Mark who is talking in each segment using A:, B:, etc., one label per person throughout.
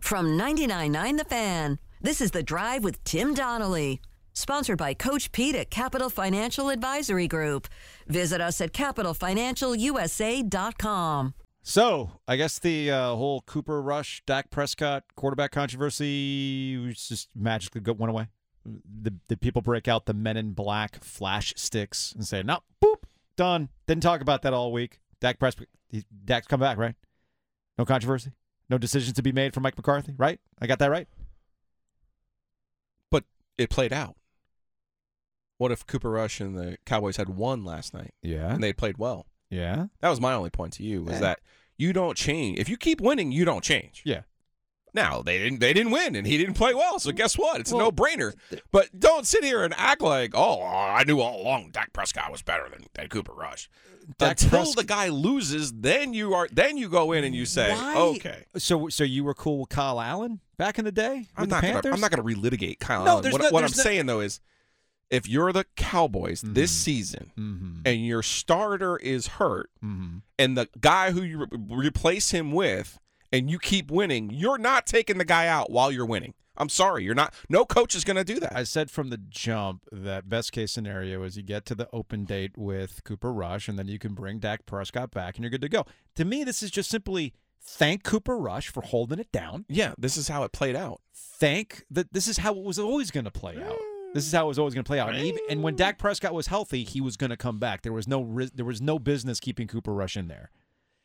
A: From 99.9 The Fan, this is The Drive with Tim Donnelly. Sponsored by Coach Pete at Capital Financial Advisory Group. Visit us at capitalfinancialusa.com.
B: So I guess the uh, whole Cooper Rush, Dak Prescott quarterback controversy was just magically go- went away. The, the people break out the Men in Black flash sticks and say, "No, boop, done." Didn't talk about that all week. Dak Prescott, he- Dak's come back, right? No controversy, no decisions to be made for Mike McCarthy, right? I got that right.
C: But it played out. What if Cooper Rush and the Cowboys had won last night
B: Yeah,
C: and they played well?
B: yeah,
C: That was my only point to you was
B: Yeah.
C: that you don't change. If you keep winning, you don't change.
B: yeah.
C: Now they didn't they didn't win and he didn't play well, so guess what? It's
B: Well,
C: a no brainer. But don't sit here and act like, oh, I knew all along Dak Prescott was better than, than Cooper Rush.
B: Dak
C: Until
B: Prescott-
C: the guy loses, then you are then you go in and you say,
B: Why-
C: okay.
B: So, so you were cool with Kyle Allen back in the day?
C: I'm
B: with the
C: not gonna,
B: Panthers?
C: I'm not going to relitigate Kyle.
B: No,
C: Allen.
B: there's
C: what
B: no-
C: what I'm
B: there's no-
C: saying though is, if you're the Cowboys this
B: Mm-hmm.
C: season and your starter is hurt,
B: Mm-hmm.
C: and the guy who you re- replace him with, and you keep winning, you're not taking the guy out while you're winning. I'm sorry, you're not. No coach is going to do that.
B: I said from the jump that best case scenario is you get to the open date with Cooper Rush, and then you can bring Dak Prescott back, and you're good to go. To me, this is just simply thank Cooper Rush for holding it down.
C: yeah, this is how it played out.
B: Thank that this is how it was always going to play out. This is how it was always going to play out. And, even, and when Dak Prescott was healthy, he was going to come back. There was no ris- there was no business keeping Cooper Rush in there.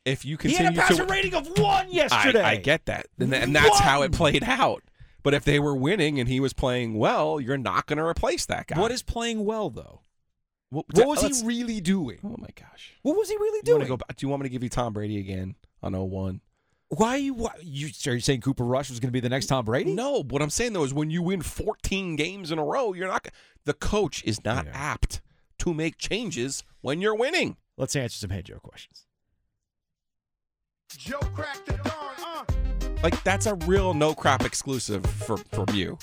C: If you
B: He had a
C: continue
B: passer
C: to,
B: rating of one
C: I,
B: yesterday.
C: I get that, and, tha- and that's how it played out. But if they were winning and he was playing well, you're not going to replace that guy.
B: What is playing well though?
C: What,
B: What was
C: let's-
B: he really doing?
C: Oh my gosh.
B: What was he really
C: You
B: doing?
C: wanna go back- do you want me to give you Tom Brady again on 01?
B: Why are you, why, you are you saying Cooper Rush was going to be the next Tom Brady?
C: No, what I'm saying though is when you win 14 games in a row, you're not. g- The coach is not
B: Yeah.
C: apt to make changes when you're winning.
B: Let's answer some Hey Joe questions.
D: Joe cracked the dawn, uh.
C: Like that's a real no crap exclusive for from you.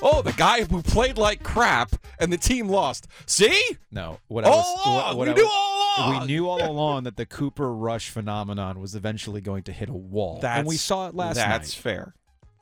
C: Oh, the guy who played like crap and the team lost. See,
B: No, what I
C: all
B: was, what,
C: along,
B: what
C: we
B: I
C: knew
B: was-
C: all along.
B: we knew all along that the Cooper Rush phenomenon was eventually going to hit a wall,
C: That's,
B: and we saw it last
C: That's
B: night.
C: fair.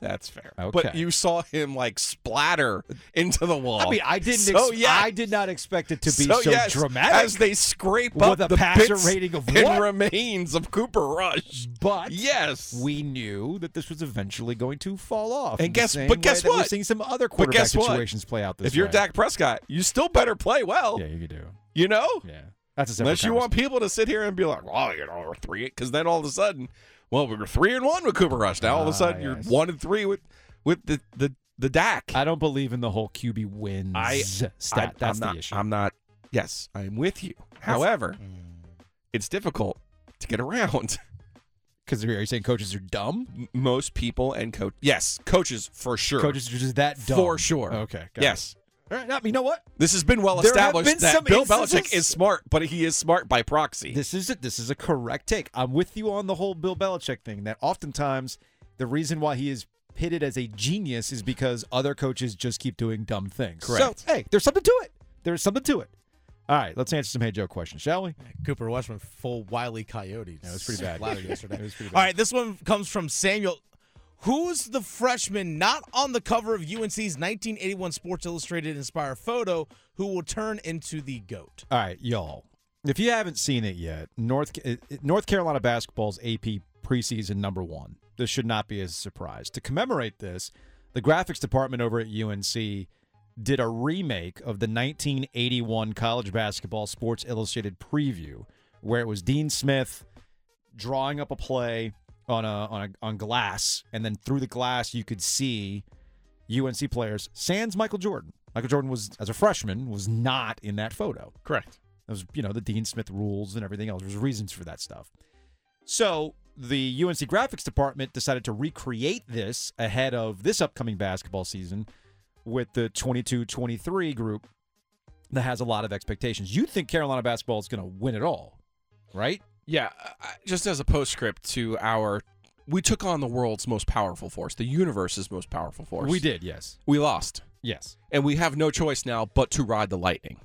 C: That's fair.
B: Okay.
C: But you saw him like splatter into the wall.
B: I mean, I didn't.
C: So
B: ex-
C: yeah,
B: I did not expect it to be
C: so,
B: so
C: yes,
B: dramatic.
C: as they scrape
B: With
C: up
B: a
C: the
B: passer
C: pits
B: rating of
C: and
B: what?
C: remains of Cooper Rush.
B: but
C: yes,
B: we knew that this was eventually going to fall off.
C: And
B: in the
C: guess-
B: same
C: but
B: way
C: guess
B: that We're
C: what?
B: seeing some other
C: But
B: quarterback
C: guess what?
B: situations play out this
C: if you're
B: way.
C: Dak Prescott, you still better play well.
B: yeah, you could do.
C: You know,
B: Yeah, that's a separate
C: unless you
B: conversation.
C: want people to sit here and be like, "Well, you know, we're three because then all of a sudden, well, we were three and one with Cooper Rush. Now all of
B: Ah,
C: a sudden, you're
B: yes.
C: one and three with with the the the Dak.
B: I don't believe in the whole QB wins
C: I-
B: stat.
C: I'm
B: that's the
C: not-
B: issue.
C: I'm not. Yes, I'm with you. However,
B: Mm.
C: it's difficult to get around.
B: Because are you saying coaches are dumb?
C: M- Most people and coach. Yes, coaches for sure.
B: Coaches are just that dumb.
C: For sure.
B: Okay. got
C: Yes.
B: it. All right. Now, you know what?
C: This has been well
B: There have
C: established
B: been
C: that
B: some
C: Bill
B: instances-
C: Belichick is smart, but he is smart by proxy.
B: This is a, this is a correct take. I'm with you on the whole Bill Belichick thing. That oftentimes the reason why he is pitted as a genius is because other coaches just keep doing dumb things.
C: Correct.
B: So hey, there's something to it. There's something to it. All right. Let's answer some Hey Joe questions, shall we?
E: Cooper Rush went full wily coyote.
B: Yeah, it was pretty bad.
E: Splatter yesterday.
B: It was pretty
E: All
B: bad.
E: right, this one comes from Samuel. Who's the freshman not on the cover of UNC's 1981 Sports Illustrated inspired photo who will turn into the goat?
B: All right, y'all. If you haven't seen it yet, North eh, eh, North Carolina basketball's AP preseason number one. This should not be a surprise. To commemorate this, the graphics department over at UNC did a remake of the 1981 college basketball Sports Illustrated preview, where it was Dean Smith drawing up a play on a on a, on glass, and then through the glass you could see UNC players. Sans Michael Jordan. Michael Jordan was as a freshman was not in that photo.
C: Correct.
B: That was, you know, the Dean Smith rules and everything else. There's reasons for that stuff. So the UNC graphics department decided to recreate this ahead of this upcoming basketball season with the 22 23 group that has a lot of expectations. You think Carolina basketball is going to win it all, right?
C: Yeah, I- I- just as a postscript to our, we took on the world's most powerful force, the universe's most powerful force.
B: We did, yes.
C: We lost,
B: Yes.
C: and we have no choice now but to ride the lightning.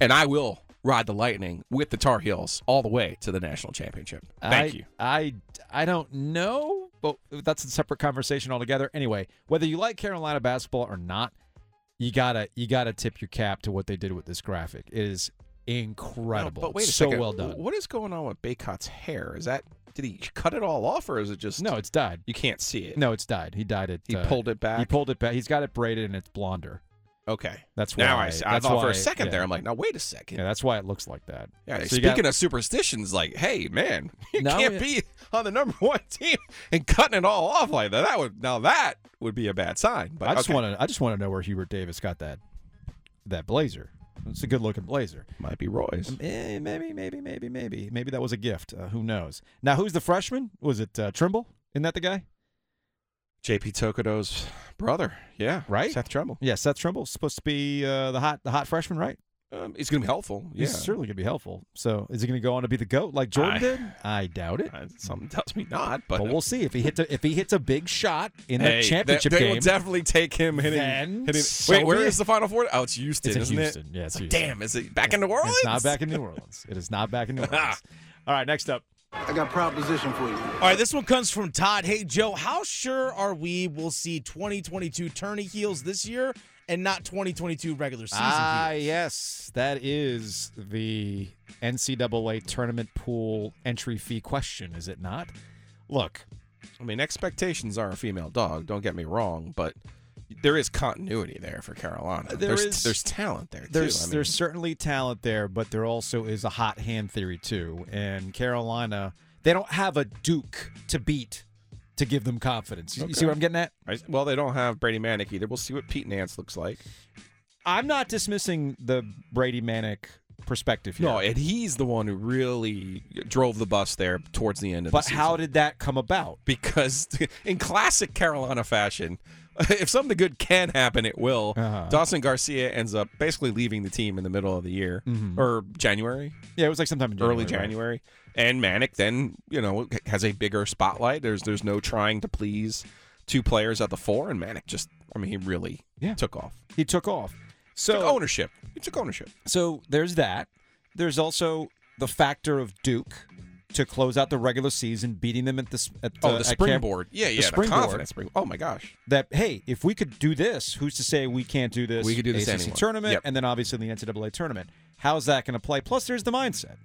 C: and I will ride the lightning with the Tar Heels all the way to the national championship. Thank
B: I-
C: you.
B: I, I don't know but that's a separate conversation altogether. Anyway, whether you like Carolina basketball or not, you gotta you gotta tip your cap to what they did with this graphic. It is incredible.
C: but wait a
B: so
C: second.
B: well done.
C: What is going on with Baycott's hair? Is that did he cut it all off or is it just
B: No, it's died.
C: You can't see it.
B: No, it's died. He died it.
C: He
B: uh,
C: pulled it back?
B: He pulled it back. He's got it braided and it's blonder.
C: Okay.
B: That's
C: now
B: why-
C: I, s- I
B: that's
C: thought for
B: why-
C: a second
B: yeah.
C: there. I'm like, now wait a second.
B: Yeah,
C: Yeah.
B: that's why it looks like that. So you
C: speaking
B: got-
C: of superstitions, like, hey man, you
B: No,
C: can't
B: it-
C: be on the number one team and cutting it all off like that. That would now that would be a bad sign. But
B: I just
C: okay.
B: want to I just want to know where Hubert Davis got that that blazer. It's a good looking blazer.
C: might be Roy's.
B: Eh, maybe, maybe, maybe, maybe, maybe that was a gift. Uh, who knows? Now, who's the freshman? Was it uh, Trimble? Isn't that the guy?
C: JP Tokudo's brother. Yeah.
B: Right?
C: Seth Tremble.
B: Yeah, Seth Trimble supposed to be uh, the hot the hot freshman, right?
C: Um, it's gonna be helpful. Yeah.
B: He's certainly gonna be helpful. So is he gonna go on to be the goat like Jordan
C: I-
B: did? I doubt it.
C: Uh, something tells me not, but,
B: but we'll see if he hits a, if he hits a big shot in
C: Hey,
B: the
C: they-
B: championship
C: they,
B: game.
C: will definitely take him hitting.
B: Then
C: hitting-
B: so
C: wait, where
B: be
C: is
B: it.
C: the final four? Oh, it's Houston,
B: It's in
C: isn't
B: Houston.
C: it?
B: Yeah, it's
C: Like,
B: Houston.
C: Damn, is it back in New Orleans?
B: it's not back in New Orleans. It is not back in New Orleans. All right, next up.
D: I got proposition for you.
E: All right, this one comes from Todd. Hey, Joe, how sure are we we'll see 2022 tourney heels this year and not 2022 regular season
B: Ah,
E: heels?
B: yes, that is the NCAA tournament pool entry fee question, is it not? Look,
C: I mean, expectations are a female dog. Don't get me wrong, but there is continuity there for Carolina.
B: There
C: there's
B: is-
C: there's talent there.
B: there's
C: too. I mean,
B: there's certainly talent there, but there also is a hot hand theory too. And Carolina, they don't have a Duke to beat to give them confidence. You, you see
C: Okay.
B: what I'm getting at?
C: I- well, they don't have Brady Manic either. We'll see what Pete Nance looks like.
B: I'm not dismissing the Brady Manic perspective here.
C: No, and he's the one who really drove the bus there towards the end of the
B: but
C: season.
B: how did that come about?
C: because in classic Carolina fashion, if something good can happen, it will.
B: Uh-huh.
C: Dawson Garcia ends up basically leaving the team in the middle of the year
B: Mm-hmm.
C: or January,
B: Yeah, it was like sometime in
C: early
B: right?
C: January, and Manic then you know has a bigger spotlight. There's there's no trying to please two players at the four, and Manic just I mean he really
B: Yeah.
C: took off,
B: He took off. So
C: took ownership. He took ownership.
B: So there's that. There's also the factor of Duke to close out the regular season, beating them at the s- at
C: Oh,
B: at
C: the
B: Cam-
C: springboard. Yeah,
B: the
C: yeah, the,
B: springboard.
C: confidence spring- Oh my gosh,
B: That hey, if we could do this, who's to say we can't do this?
C: We could do this
B: ACC
C: anywhere.
B: tournament,
C: Yep.
B: and then obviously the NCAA tournament. How's that going to play? Plus, there's the mindset.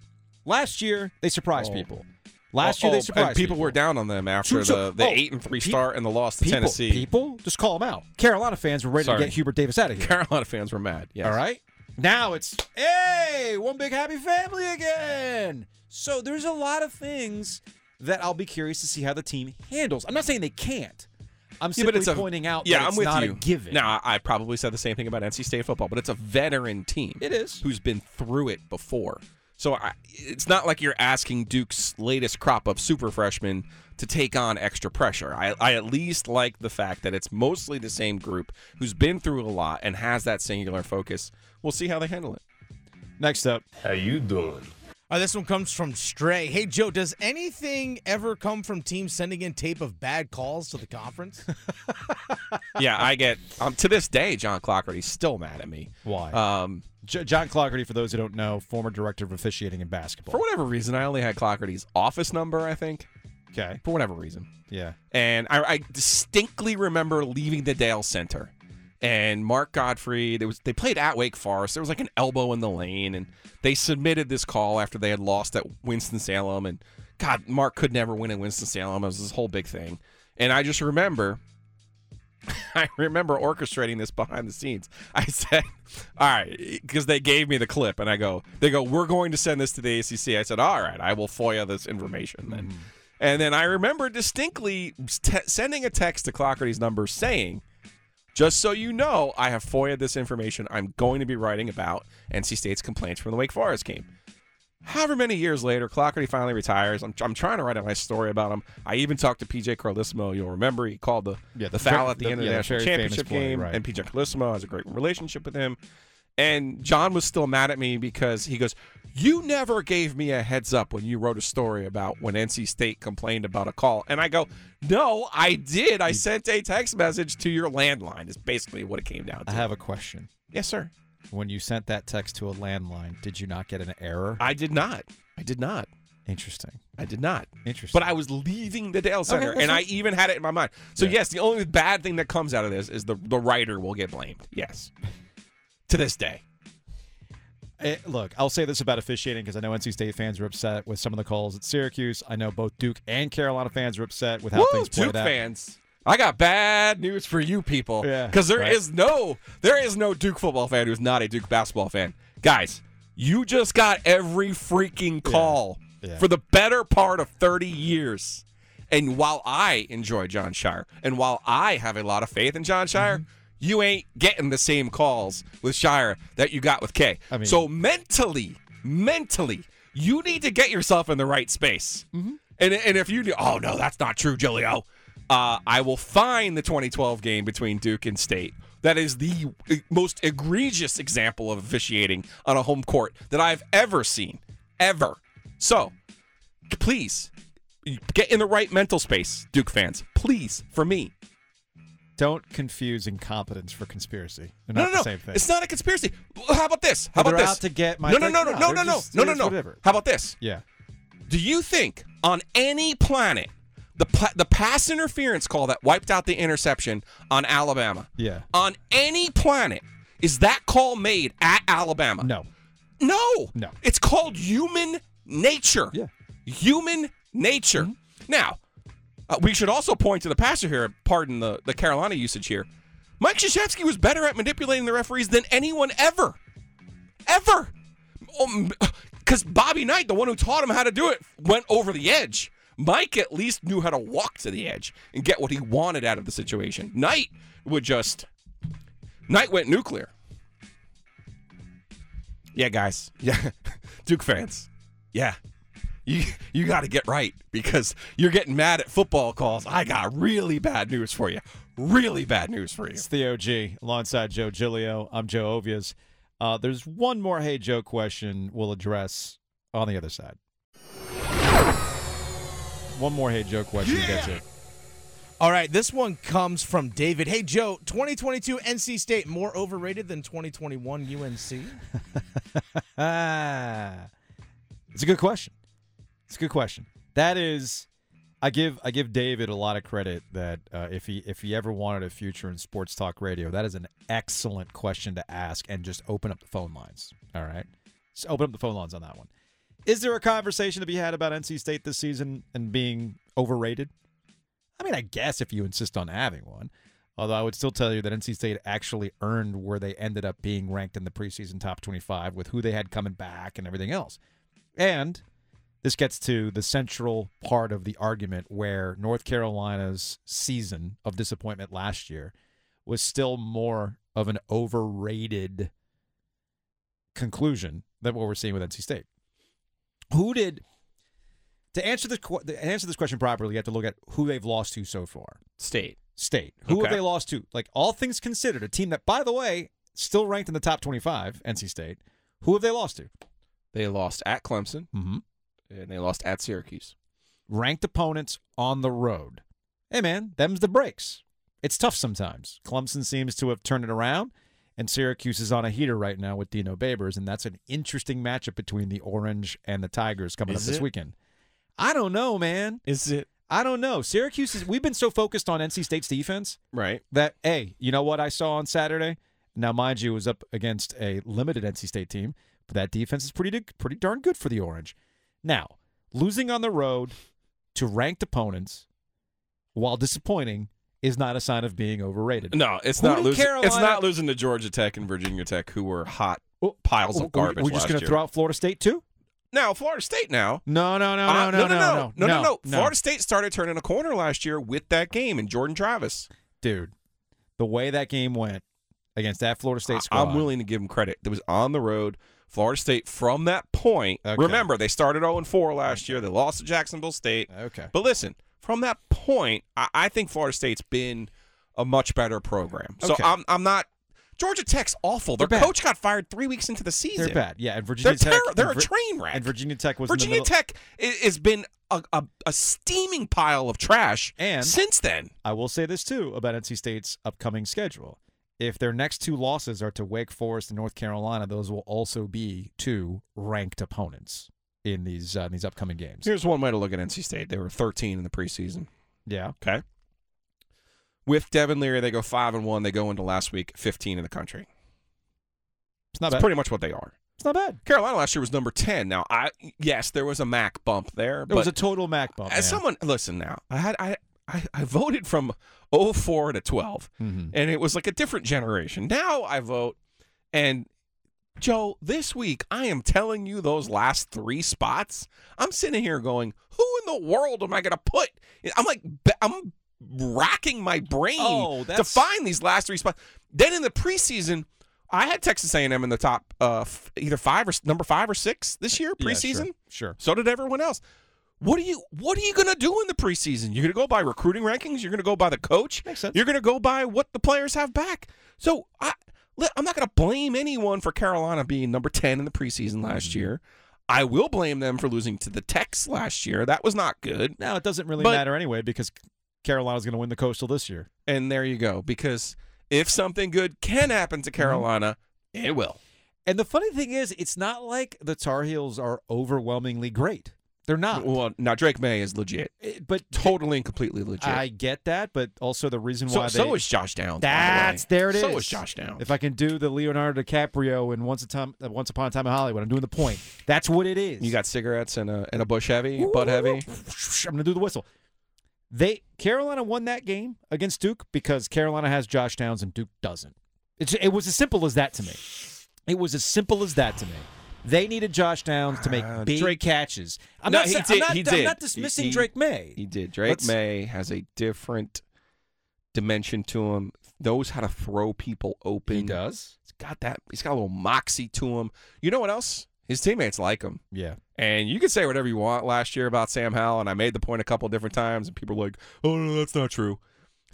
B: Last year they surprised
C: Oh.
B: people. Last
C: Oh,
B: year
C: oh,
B: they surprised
C: and people were down on them
B: So-
C: after
B: so-
C: the, the
B: oh,
C: eight and three
B: pe-
C: start and the loss to
B: People,
C: Tennessee.
B: people, just call them out. Carolina fans were ready
C: Sorry.
B: to get Hubert Davis out of here.
C: Carolina fans were mad. Yes.
B: All right. Now it's hey, one big happy family again. So there's a lot of things that I'll be curious to see how the team handles. I'm not saying they can't. I'm
C: Yeah,
B: simply
C: but it's a,
B: pointing out
C: Yeah,
B: that it's
C: I'm with
B: not
C: you.
B: a given.
C: Now I I probably said the same thing about NC State football, but it's a veteran team.
B: It is.
C: who's been through it before. So I, it's not like you're asking Duke's latest crop of super freshmen to take on extra pressure. I, I at least like the fact that it's mostly the same group who's been through a lot and has that singular focus. We'll see how they handle it.
B: Next up,
F: How you doing?
E: All right, this one comes from Stray. Hey, Joe, does anything ever come from teams sending in tape of bad calls to the conference?
C: yeah, I get um, to this day, John Clockerty's still mad at me.
B: Why?
C: Um,
B: J- John Clockerty, for those who don't know, former director of officiating in basketball.
C: for whatever reason, I only had Clockerty's office number. I think
B: okay.
C: for whatever reason.
B: Yeah.
C: and I, I distinctly remember leaving the Dale Center. And Mark Godfrey, there was they played at Wake Forest. There was like an elbow in the lane, and they submitted this call after they had lost at Winston Salem. And God, Mark could never win at Winston Salem. It was this whole big thing. And I just remember I remember orchestrating this behind the scenes. I said, "All right," because they gave me the clip, and I go, "They go, we're going to send this to the ACC." I said, "All right, I will FOIA this information then." And then I remember distinctly te- sending a text to Clockerty's number saying, "Just so you know, I have FOIA this information. I'm going to be writing about NC State's complaints from the Wake Forest game." However many years later, Clockerty finally retires. I'm, I'm trying to write a nice story about him. I even talked to PJ Carlissimo. You'll remember he called the,
B: Yeah,
C: the
B: the
C: foul
B: ver-
C: at the,
B: the-
C: end of
B: yeah,
C: the
B: the
C: national
B: very
C: championship
B: famous play,
C: game,
B: right.
C: and PJ Carlissimo has a great relationship with him. And John was still mad at me because he goes, "You never gave me a heads up when you wrote a story about when NC State complained about a call." And I go, "No, I did. I sent a text message to your landline." Is basically what it came down to.
B: I have a question.
C: yes, sir.
B: When you sent that text to a landline, did you not get an error?
C: I did not. I did not.
B: Interesting.
C: I did not.
B: Interesting.
C: But I was leaving the Dale Center,
B: well,
C: and
B: so-
C: I even had it in my mind. So
B: Yeah.
C: yes, the only bad thing that comes out of this is the the writer will get blamed. Yes, to this day.
B: Eh, look, I'll say this about officiating because I know NC State fans are upset with some of the calls at Syracuse. I know both Duke and Carolina fans are upset with how
C: Woo,
B: things played
C: Duke
B: out.
C: fans. I got bad news for you people.
B: Yeah,
C: Because there is
B: right.
C: no there is no Duke football fan who's not a Duke basketball fan. Guys, you just got every freaking call
B: Yeah.
C: for the better part of 30 years. And while I enjoy John Shire and while I have a lot of faith in John Shire,
B: Mm-hmm.
C: you ain't getting the same calls with Shire that you got with K.
B: I mean-
C: so mentally, mentally, you need to get yourself in the right space.
B: Mm-hmm.
C: And and if you do, oh no, that's not true, Julio. Uh, I will find the 2012 game between Duke and State. That is the most egregious example of officiating on a home court that I've ever seen, ever. So, please get in the right mental space, Duke fans. Please, for me,
B: Don't confuse incompetence for conspiracy. They're
C: No,
B: not
C: no, no.
B: the same thing.
C: It's not a conspiracy. Well, How about this? How
B: Well,
C: about
B: they're
C: this?
B: out to get my
C: no, no,
B: thing.
C: no, no,
B: No,
C: no, no,
B: they're
C: no,
B: just-
C: no, no,
B: it's
C: no.
B: whatever.
C: How about this?
B: yeah.
C: Do you think on any planet the pla- the pass interference call that wiped out the interception on Alabama?
B: Yeah.
C: On any planet is that call made at Alabama?
B: No.
C: No.
B: No.
C: It's called human nature.
B: Yeah. Mm-hmm.
C: Human nature. Now, uh, we should also point to the passer here. Pardon the, the Carolina usage here. Mike Krzyzewski was better at manipulating the referees than anyone ever. Ever. Oh, Because Bobby Knight, the one who taught him how to do it, went over the edge. Mike at least knew how to walk to the edge and get what he wanted out of the situation. Knight would just. Knight went nuclear. Yeah, guys. Yeah, Duke fans. Yeah, you you got to get right because you're getting mad at football calls. I got really bad news for you. Really bad news for you.
B: It's the OG alongside Joe Gilio. I'm Joe Ovias. Uh, there's one more Hey Joe question we'll address on the other side. One more Hey Joe question to get you.
E: All right, this one comes from David. Hey, Joe, 2022 NC State more overrated than 2021 UNC?
B: Ah, it's a good question. It's a good question. That is, I give I give David a lot of credit that uh, if he if he ever wanted a future in sports talk radio, that is an excellent question to ask and just open up the phone lines. All right, just open up the phone lines on that one. Is there a conversation to be had about NC State this season and being overrated? I mean, I guess if you insist on having one. Although I would still tell you that NC State actually earned where they ended up being ranked in the preseason top 25 with who they had coming back and everything else. And this gets to the central part of the argument where North Carolina's season of disappointment last year was still more of an overrated conclusion than what we're seeing with NC State. Who did to answer this que- to answer this question properly? You have to look at who they've lost to so far.
C: State.
B: State. Who have
C: Okay.
B: they lost to? Like all things considered, a team that, by the way, still ranked in the top twenty-five, NC State. Who have they lost to?
C: They lost at Clemson
B: Mm-hmm.
C: and they lost at Syracuse.
B: Ranked opponents on the road. Hey man, them's the breaks. It's tough sometimes. Clemson seems to have turned it around, and Syracuse is on a heater right now with Dino Babers, and that's an interesting matchup between the Orange and the Tigers coming
E: Is
B: up this
E: it?
B: weekend. I don't know, man.
E: Is it?
B: I don't know. Syracuse is. We've been so focused on NC State's defense
C: Right.
B: that hey, you know what I saw on Saturday? Now, mind you, it was up against a limited NC State team, but that defense is pretty pretty darn good for the Orange. Now, losing on the road to ranked opponents, while disappointing, is not a sign of being overrated.
C: No, it's
B: Who
C: not
B: did
C: losing. It's
B: Carolina-
C: not losing to Georgia Tech and Virginia Tech, who were hot
B: Oh,
C: piles
B: Are we-
C: of garbage.
B: We're just
C: last
B: gonna
C: year.
B: throw out Florida State too?
C: now Florida State. Now
B: No, no, no,
C: Uh,
B: no, no, no,
C: no, no, no, no. Florida State started turning a corner last year with that game and Jordan Travis.
B: dude. The way that game went against that Florida State
C: I-
B: squad,
C: I'm willing to give him credit. It was on the road. Florida State from that point.
B: Okay.
C: Remember, they started 0 4 last year. They lost to Jacksonville State.
B: Okay.
C: But listen, from that point, I, I think Florida State's been a much better program. So
B: Okay.
C: I'm I'm not. Georgia Tech's awful. Their
B: They're bad.
C: coach got fired three weeks into the season.
B: They're bad. Yeah, and Virginia
C: they're
B: Tech.
C: terri- they're
B: and
C: a
B: Vir-
C: train wreck.
B: And Virginia Tech was in the
C: Virginia
B: middle-
C: Tech i- has been a, a, a steaming pile of trash
B: And-
C: since then.
B: I will say this too about NC State's upcoming schedule. If their next two losses are to Wake Forest and North Carolina, those will also be two ranked opponents. in these uh, in these upcoming games.
C: Here's one way to look at NC State. They were 13 in the preseason.
B: Yeah.
C: Okay. With Devin Leary, they go five and one. They go into last week 15 in the country.
B: It's not
C: That's
B: bad.
C: pretty much what they are.
B: it's not bad.
C: Carolina last year was number 10. Now, I yes, there was a Mac bump there,
B: It was
C: but
B: a total Mac bump.
C: as
B: yeah.
C: someone listen now, I had I. I, I voted from 04 to 12,
B: Mhm.
C: and it was like a different generation. Now I vote, and Joe, this week I am telling you those last three spots. I'm sitting here going, who in the world am I going to put? I'm like, ba- I'm racking my brain
B: Oh,
C: to
B: that's-
C: find these last three spots. Then in the preseason, I had Texas A&M in the top, uh, f- either five or s- number five or six this year
B: Yeah,
C: preseason.
B: sure. sure.
C: So did everyone else. What are you what are you gonna do in the preseason? You're gonna go by recruiting rankings, you're gonna go by the coach,
B: Makes sense.
C: you're gonna go by what the players have back. So I li- I'm not gonna blame anyone for Carolina being number ten in the preseason
B: Mm-hmm.
C: last year. I will blame them for losing to the Tex last year. That was not good.
B: Now it doesn't really
C: But-
B: matter anyway because Carolina's going to win the Coastal this year.
C: And there you go. Because if something good can happen to
B: Mm-hmm.
C: Carolina, it will.
B: And the funny thing is, it's not like the Tar Heels are overwhelmingly great. They're not.
C: Well, now Drake May is legit.
B: It- but
C: Totally and completely legit.
B: I get that, but also the reason
C: so,
B: why they
C: so is Josh Downs. by the way.
B: That's there it is.
C: So is Josh Downs.
B: If I can do the Leonardo DiCaprio and Once a Time, uh, Once Upon a Time in Hollywood, I'm doing the point. That's what it is.
C: You got cigarettes and a and a bush heavy, butt heavy.
B: I'm gonna do the whistle. They Carolina won that game against Duke because Carolina has Josh Downs and Duke doesn't. It's, it was as simple as that to me. It was as simple as that to me. They needed Josh Downs to make
C: Ah,
B: big
C: Drake-
B: catches. I'm
C: No,
B: not.
C: he
B: saying-
C: did-
B: I'm not,
C: he
B: I'm
C: did.
B: not dismissing
C: He- he-
B: Drake May.
C: He did. Drake
B: Let's-
C: May has a different dimension to him. Knows how to throw people open.
B: does.
C: He's got that. He's got a little moxie to him. You know what else? His teammates like him.
B: Yeah.
C: And you can say whatever you want last year about Sam Howell, and I made the point a couple different times, and people were like, "Oh no, that's not true."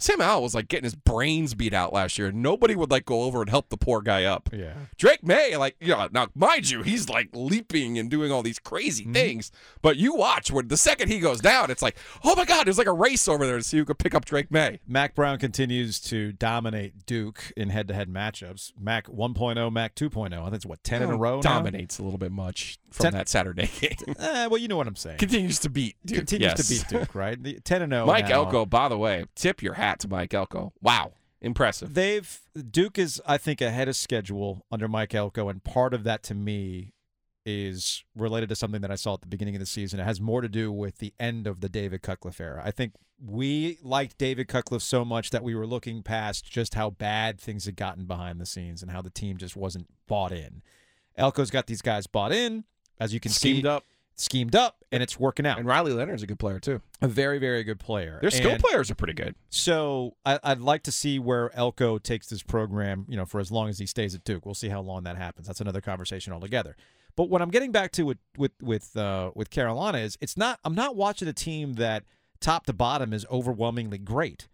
C: Sam Howell was like getting his brains beat out last year. Nobody would like go over and help the poor guy up.
B: Yeah.
C: Drake May, like, you know, now mind you, he's like leaping and doing all these crazy things. But you watch when the second he goes down, it's like, oh my God, there's like a race over there to see who could pick up Drake May.
B: Mac Brown continues to dominate Duke in head-to-head matchups. Mac 1.0, Mac 2.0. I think it's what 10 in a
C: Oh,
B: row. now?
C: Dominates a little bit much from
B: Ten-
C: that Saturday game.
B: Eh, well, you know what I'm saying.
C: Continues to beat. Duke.
B: Continues
C: Yes.
B: to beat Duke, right? The 10 and 0.
C: Mike
B: now.
C: Elko, by the way, tip your hat to Mike Elko. Wow. Impressive.
B: They've Duke is, I think, ahead of schedule under Mike Elko, and part of that to me is related to something that I saw at the beginning of the season. It has more to do with the end of the David Cutcliffe era. I think we liked David Cutcliffe so much that we were looking past just how bad things had gotten behind the scenes and how the team just wasn't bought in. Elko's got these guys bought in, as you can
C: Schemed
B: see,
C: up.
B: schemed up, and it's working out.
C: And Riley Leonard's a good player, too.
B: a very, very good player.
C: Their skill
B: And-
C: players are pretty good.
B: so I, I'd like to see where Elko takes this program, you know, for as long as he stays at Duke. We'll see how long that happens. That's another conversation altogether. But what I'm getting back to with with with uh, with Carolina is it's not I'm not watching a team that top to bottom is overwhelmingly great.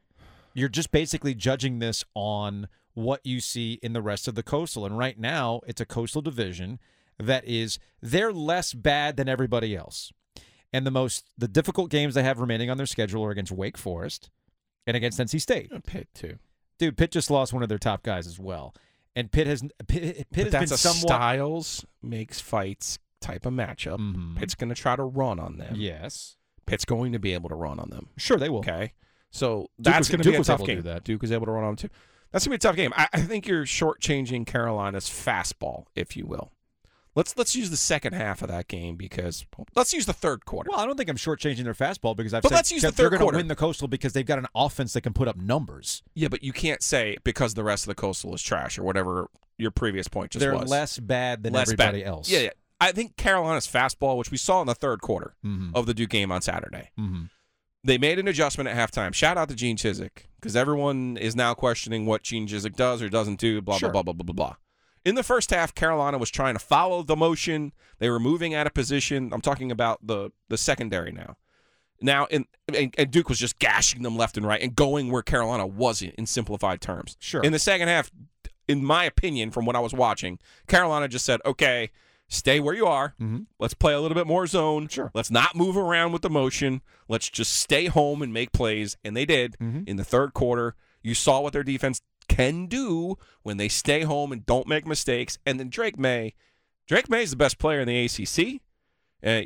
B: You're just basically judging this on what you see in the rest of the coastal. And right now, it's a coastal division that is they're less bad than everybody else. And the most the difficult games they have remaining on their schedule are against Wake Forest and against NC State.
C: Pitt, too.
B: Dude, Pitt just lost one of their top guys as well, and Pitt has Pitt, Pitt has
C: but that's
B: been
C: a
B: somewhat
C: Styles makes fights type of matchup.
B: Mhm.
C: Pitt's going to try to run on them.
B: yes,
C: Pitt's going to be able to run on them.
B: sure they will.
C: Okay, so
B: Duke
C: that's
B: was-
C: going to
B: Duke
C: be a
B: was
C: tough
B: able to
C: game.
B: do that.
C: Duke is able to run on them too. That's going to be a tough game. I, I think you're shortchanging Carolina's fastball, if you will. Let's let's use the second half of that game because let's use the third quarter.
B: Well, I don't think I'm shortchanging their fastball because I've
C: But
B: said
C: let's use the
B: that they're
C: third
B: gonna
C: quarter.
B: win the coastal because they've got an offense that can put up numbers.
C: yeah, but you can't say because the rest of the coastal is trash or whatever your previous point just
B: they're
C: was.
B: less bad than
C: Less bad.
B: everybody else.
C: Yeah, yeah. I think Carolina's fastball, which we saw in the third quarter
B: Mhm.
C: of the Duke game on Saturday,
B: Mhm.
C: they made an adjustment at halftime. Shout out to Gene Chiswick because everyone is now questioning what Gene Chiswick does or doesn't do. Blah
B: Sure.
C: blah blah blah blah blah blah. In the first half, Carolina was trying to follow the motion. They were moving out of position. I'm talking about the the secondary now. Now, and, and, and Duke was just gashing them left and right and going where Carolina wasn't in simplified terms.
B: Sure.
C: In the second half, in my opinion, from what I was watching, Carolina just said, okay, stay where you are.
B: Mhm.
C: Let's play a little bit more zone.
B: Sure.
C: Let's not move around with the motion. Let's just stay home and make plays. And they did
B: Mhm.
C: in the third quarter. You saw what their defense can do when they stay home and don't make mistakes. And then Drake May, Drake May is the best player in the ACC. Uh,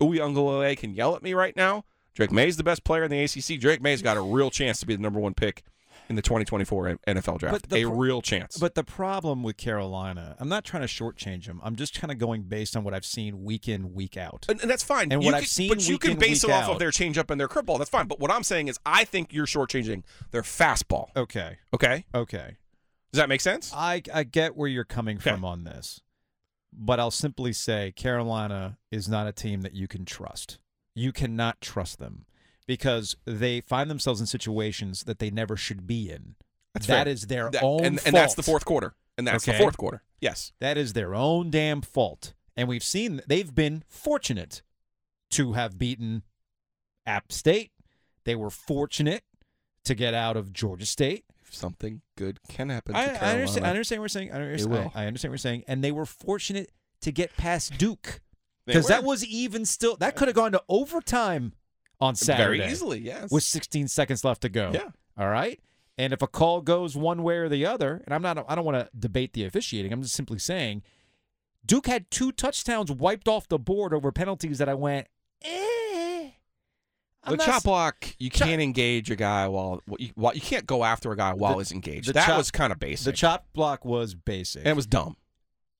C: Uyunglele can yell at me right now. Drake May's the best player in the ACC. Drake May's got a real chance to be the number one pick in the 2024 NFL draft.
B: But the
C: a
B: pro-
C: real chance.
B: But the problem with Carolina, I'm not trying to shortchange them. I'm just kind of going based on what I've seen week in, week out.
C: And, and that's fine.
B: And
C: you
B: what
C: can,
B: I've seen
C: but you
B: week
C: can
B: in,
C: base
B: week
C: it off
B: out.
C: of their changeup and their curveball. That's fine. But what I'm saying is, I think you're shortchanging their fastball.
B: Okay,
C: Okay,
B: okay.
C: does that make sense?
B: I I get where you're coming
C: Okay.
B: from on this, but I'll simply say Carolina is not a team that you can trust. You cannot trust them because they find themselves in situations that they never should be in.
C: That's
B: That
C: fair.
B: is their
C: That-
B: own
C: and, and that's the
B: fault.
C: fourth quarter. And that's
B: Okay.
C: the fourth quarter. Yes.
B: That is their own damn fault. And we've seen they've been fortunate to have beaten App State. They were fortunate to get out of Georgia State.
C: If something good can happen
B: I, I understand. I understand what you're saying. I understand,
C: will.
B: I, I understand what you're saying. And they were fortunate to get past Duke
C: They
B: because that
C: were.
B: was even still that could have gone to overtime on Saturday
C: Very easily, yes.
B: with 16 seconds left to go.
C: Yeah.
B: All right. And if a call goes one way or the other, and I'm not, I don't want to debate the officiating. I'm just simply saying, Duke had two touchdowns wiped off the board over penalties that I went. Eh, I'm
C: the
B: not
C: chop
B: s-
C: block, you
B: Chop-
C: can't engage a guy while, you, while you can't go after a guy while he's engaged.
B: the
C: That
B: chop-
C: was kind of
B: The
C: basic.
B: chop block was basic.
C: and it was dumb.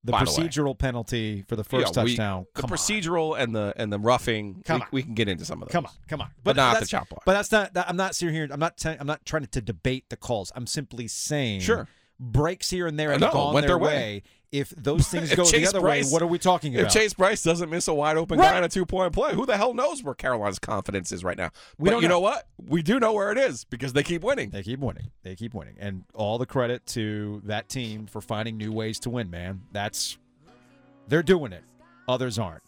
B: the
C: by the way.
B: procedural penalty for the first
C: Yeah, we-
B: touchdown.
C: the
B: come on.
C: procedural and the and the roughing.
B: Come
C: we,
B: on.
C: we can get into some of those.
B: Come on, come on.
C: But not the
B: that's-
C: chop block.
B: But that's not. That, I'm not sitting here. I'm not. i I'm not trying to debate the calls. I'm simply saying.
C: Sure.
B: Breaks here and there
C: I
B: have
C: know,
B: gone
C: went
B: their
C: their way.
B: way. If those things
C: If
B: go the
C: Chase
B: other way,
C: Bryce-
B: what are we talking about?
C: If Chase Bryce doesn't miss a wide open
B: Right.
C: guy on a two point play, who the hell knows where Carolina's confidence is right now?
B: We
C: but
B: don't
C: you know.
B: know.
C: what? We do know where it is because they keep winning.
B: they keep winning. They keep winning, and all the credit to that team for finding new ways to win. Man, that's they're doing it. Others aren't.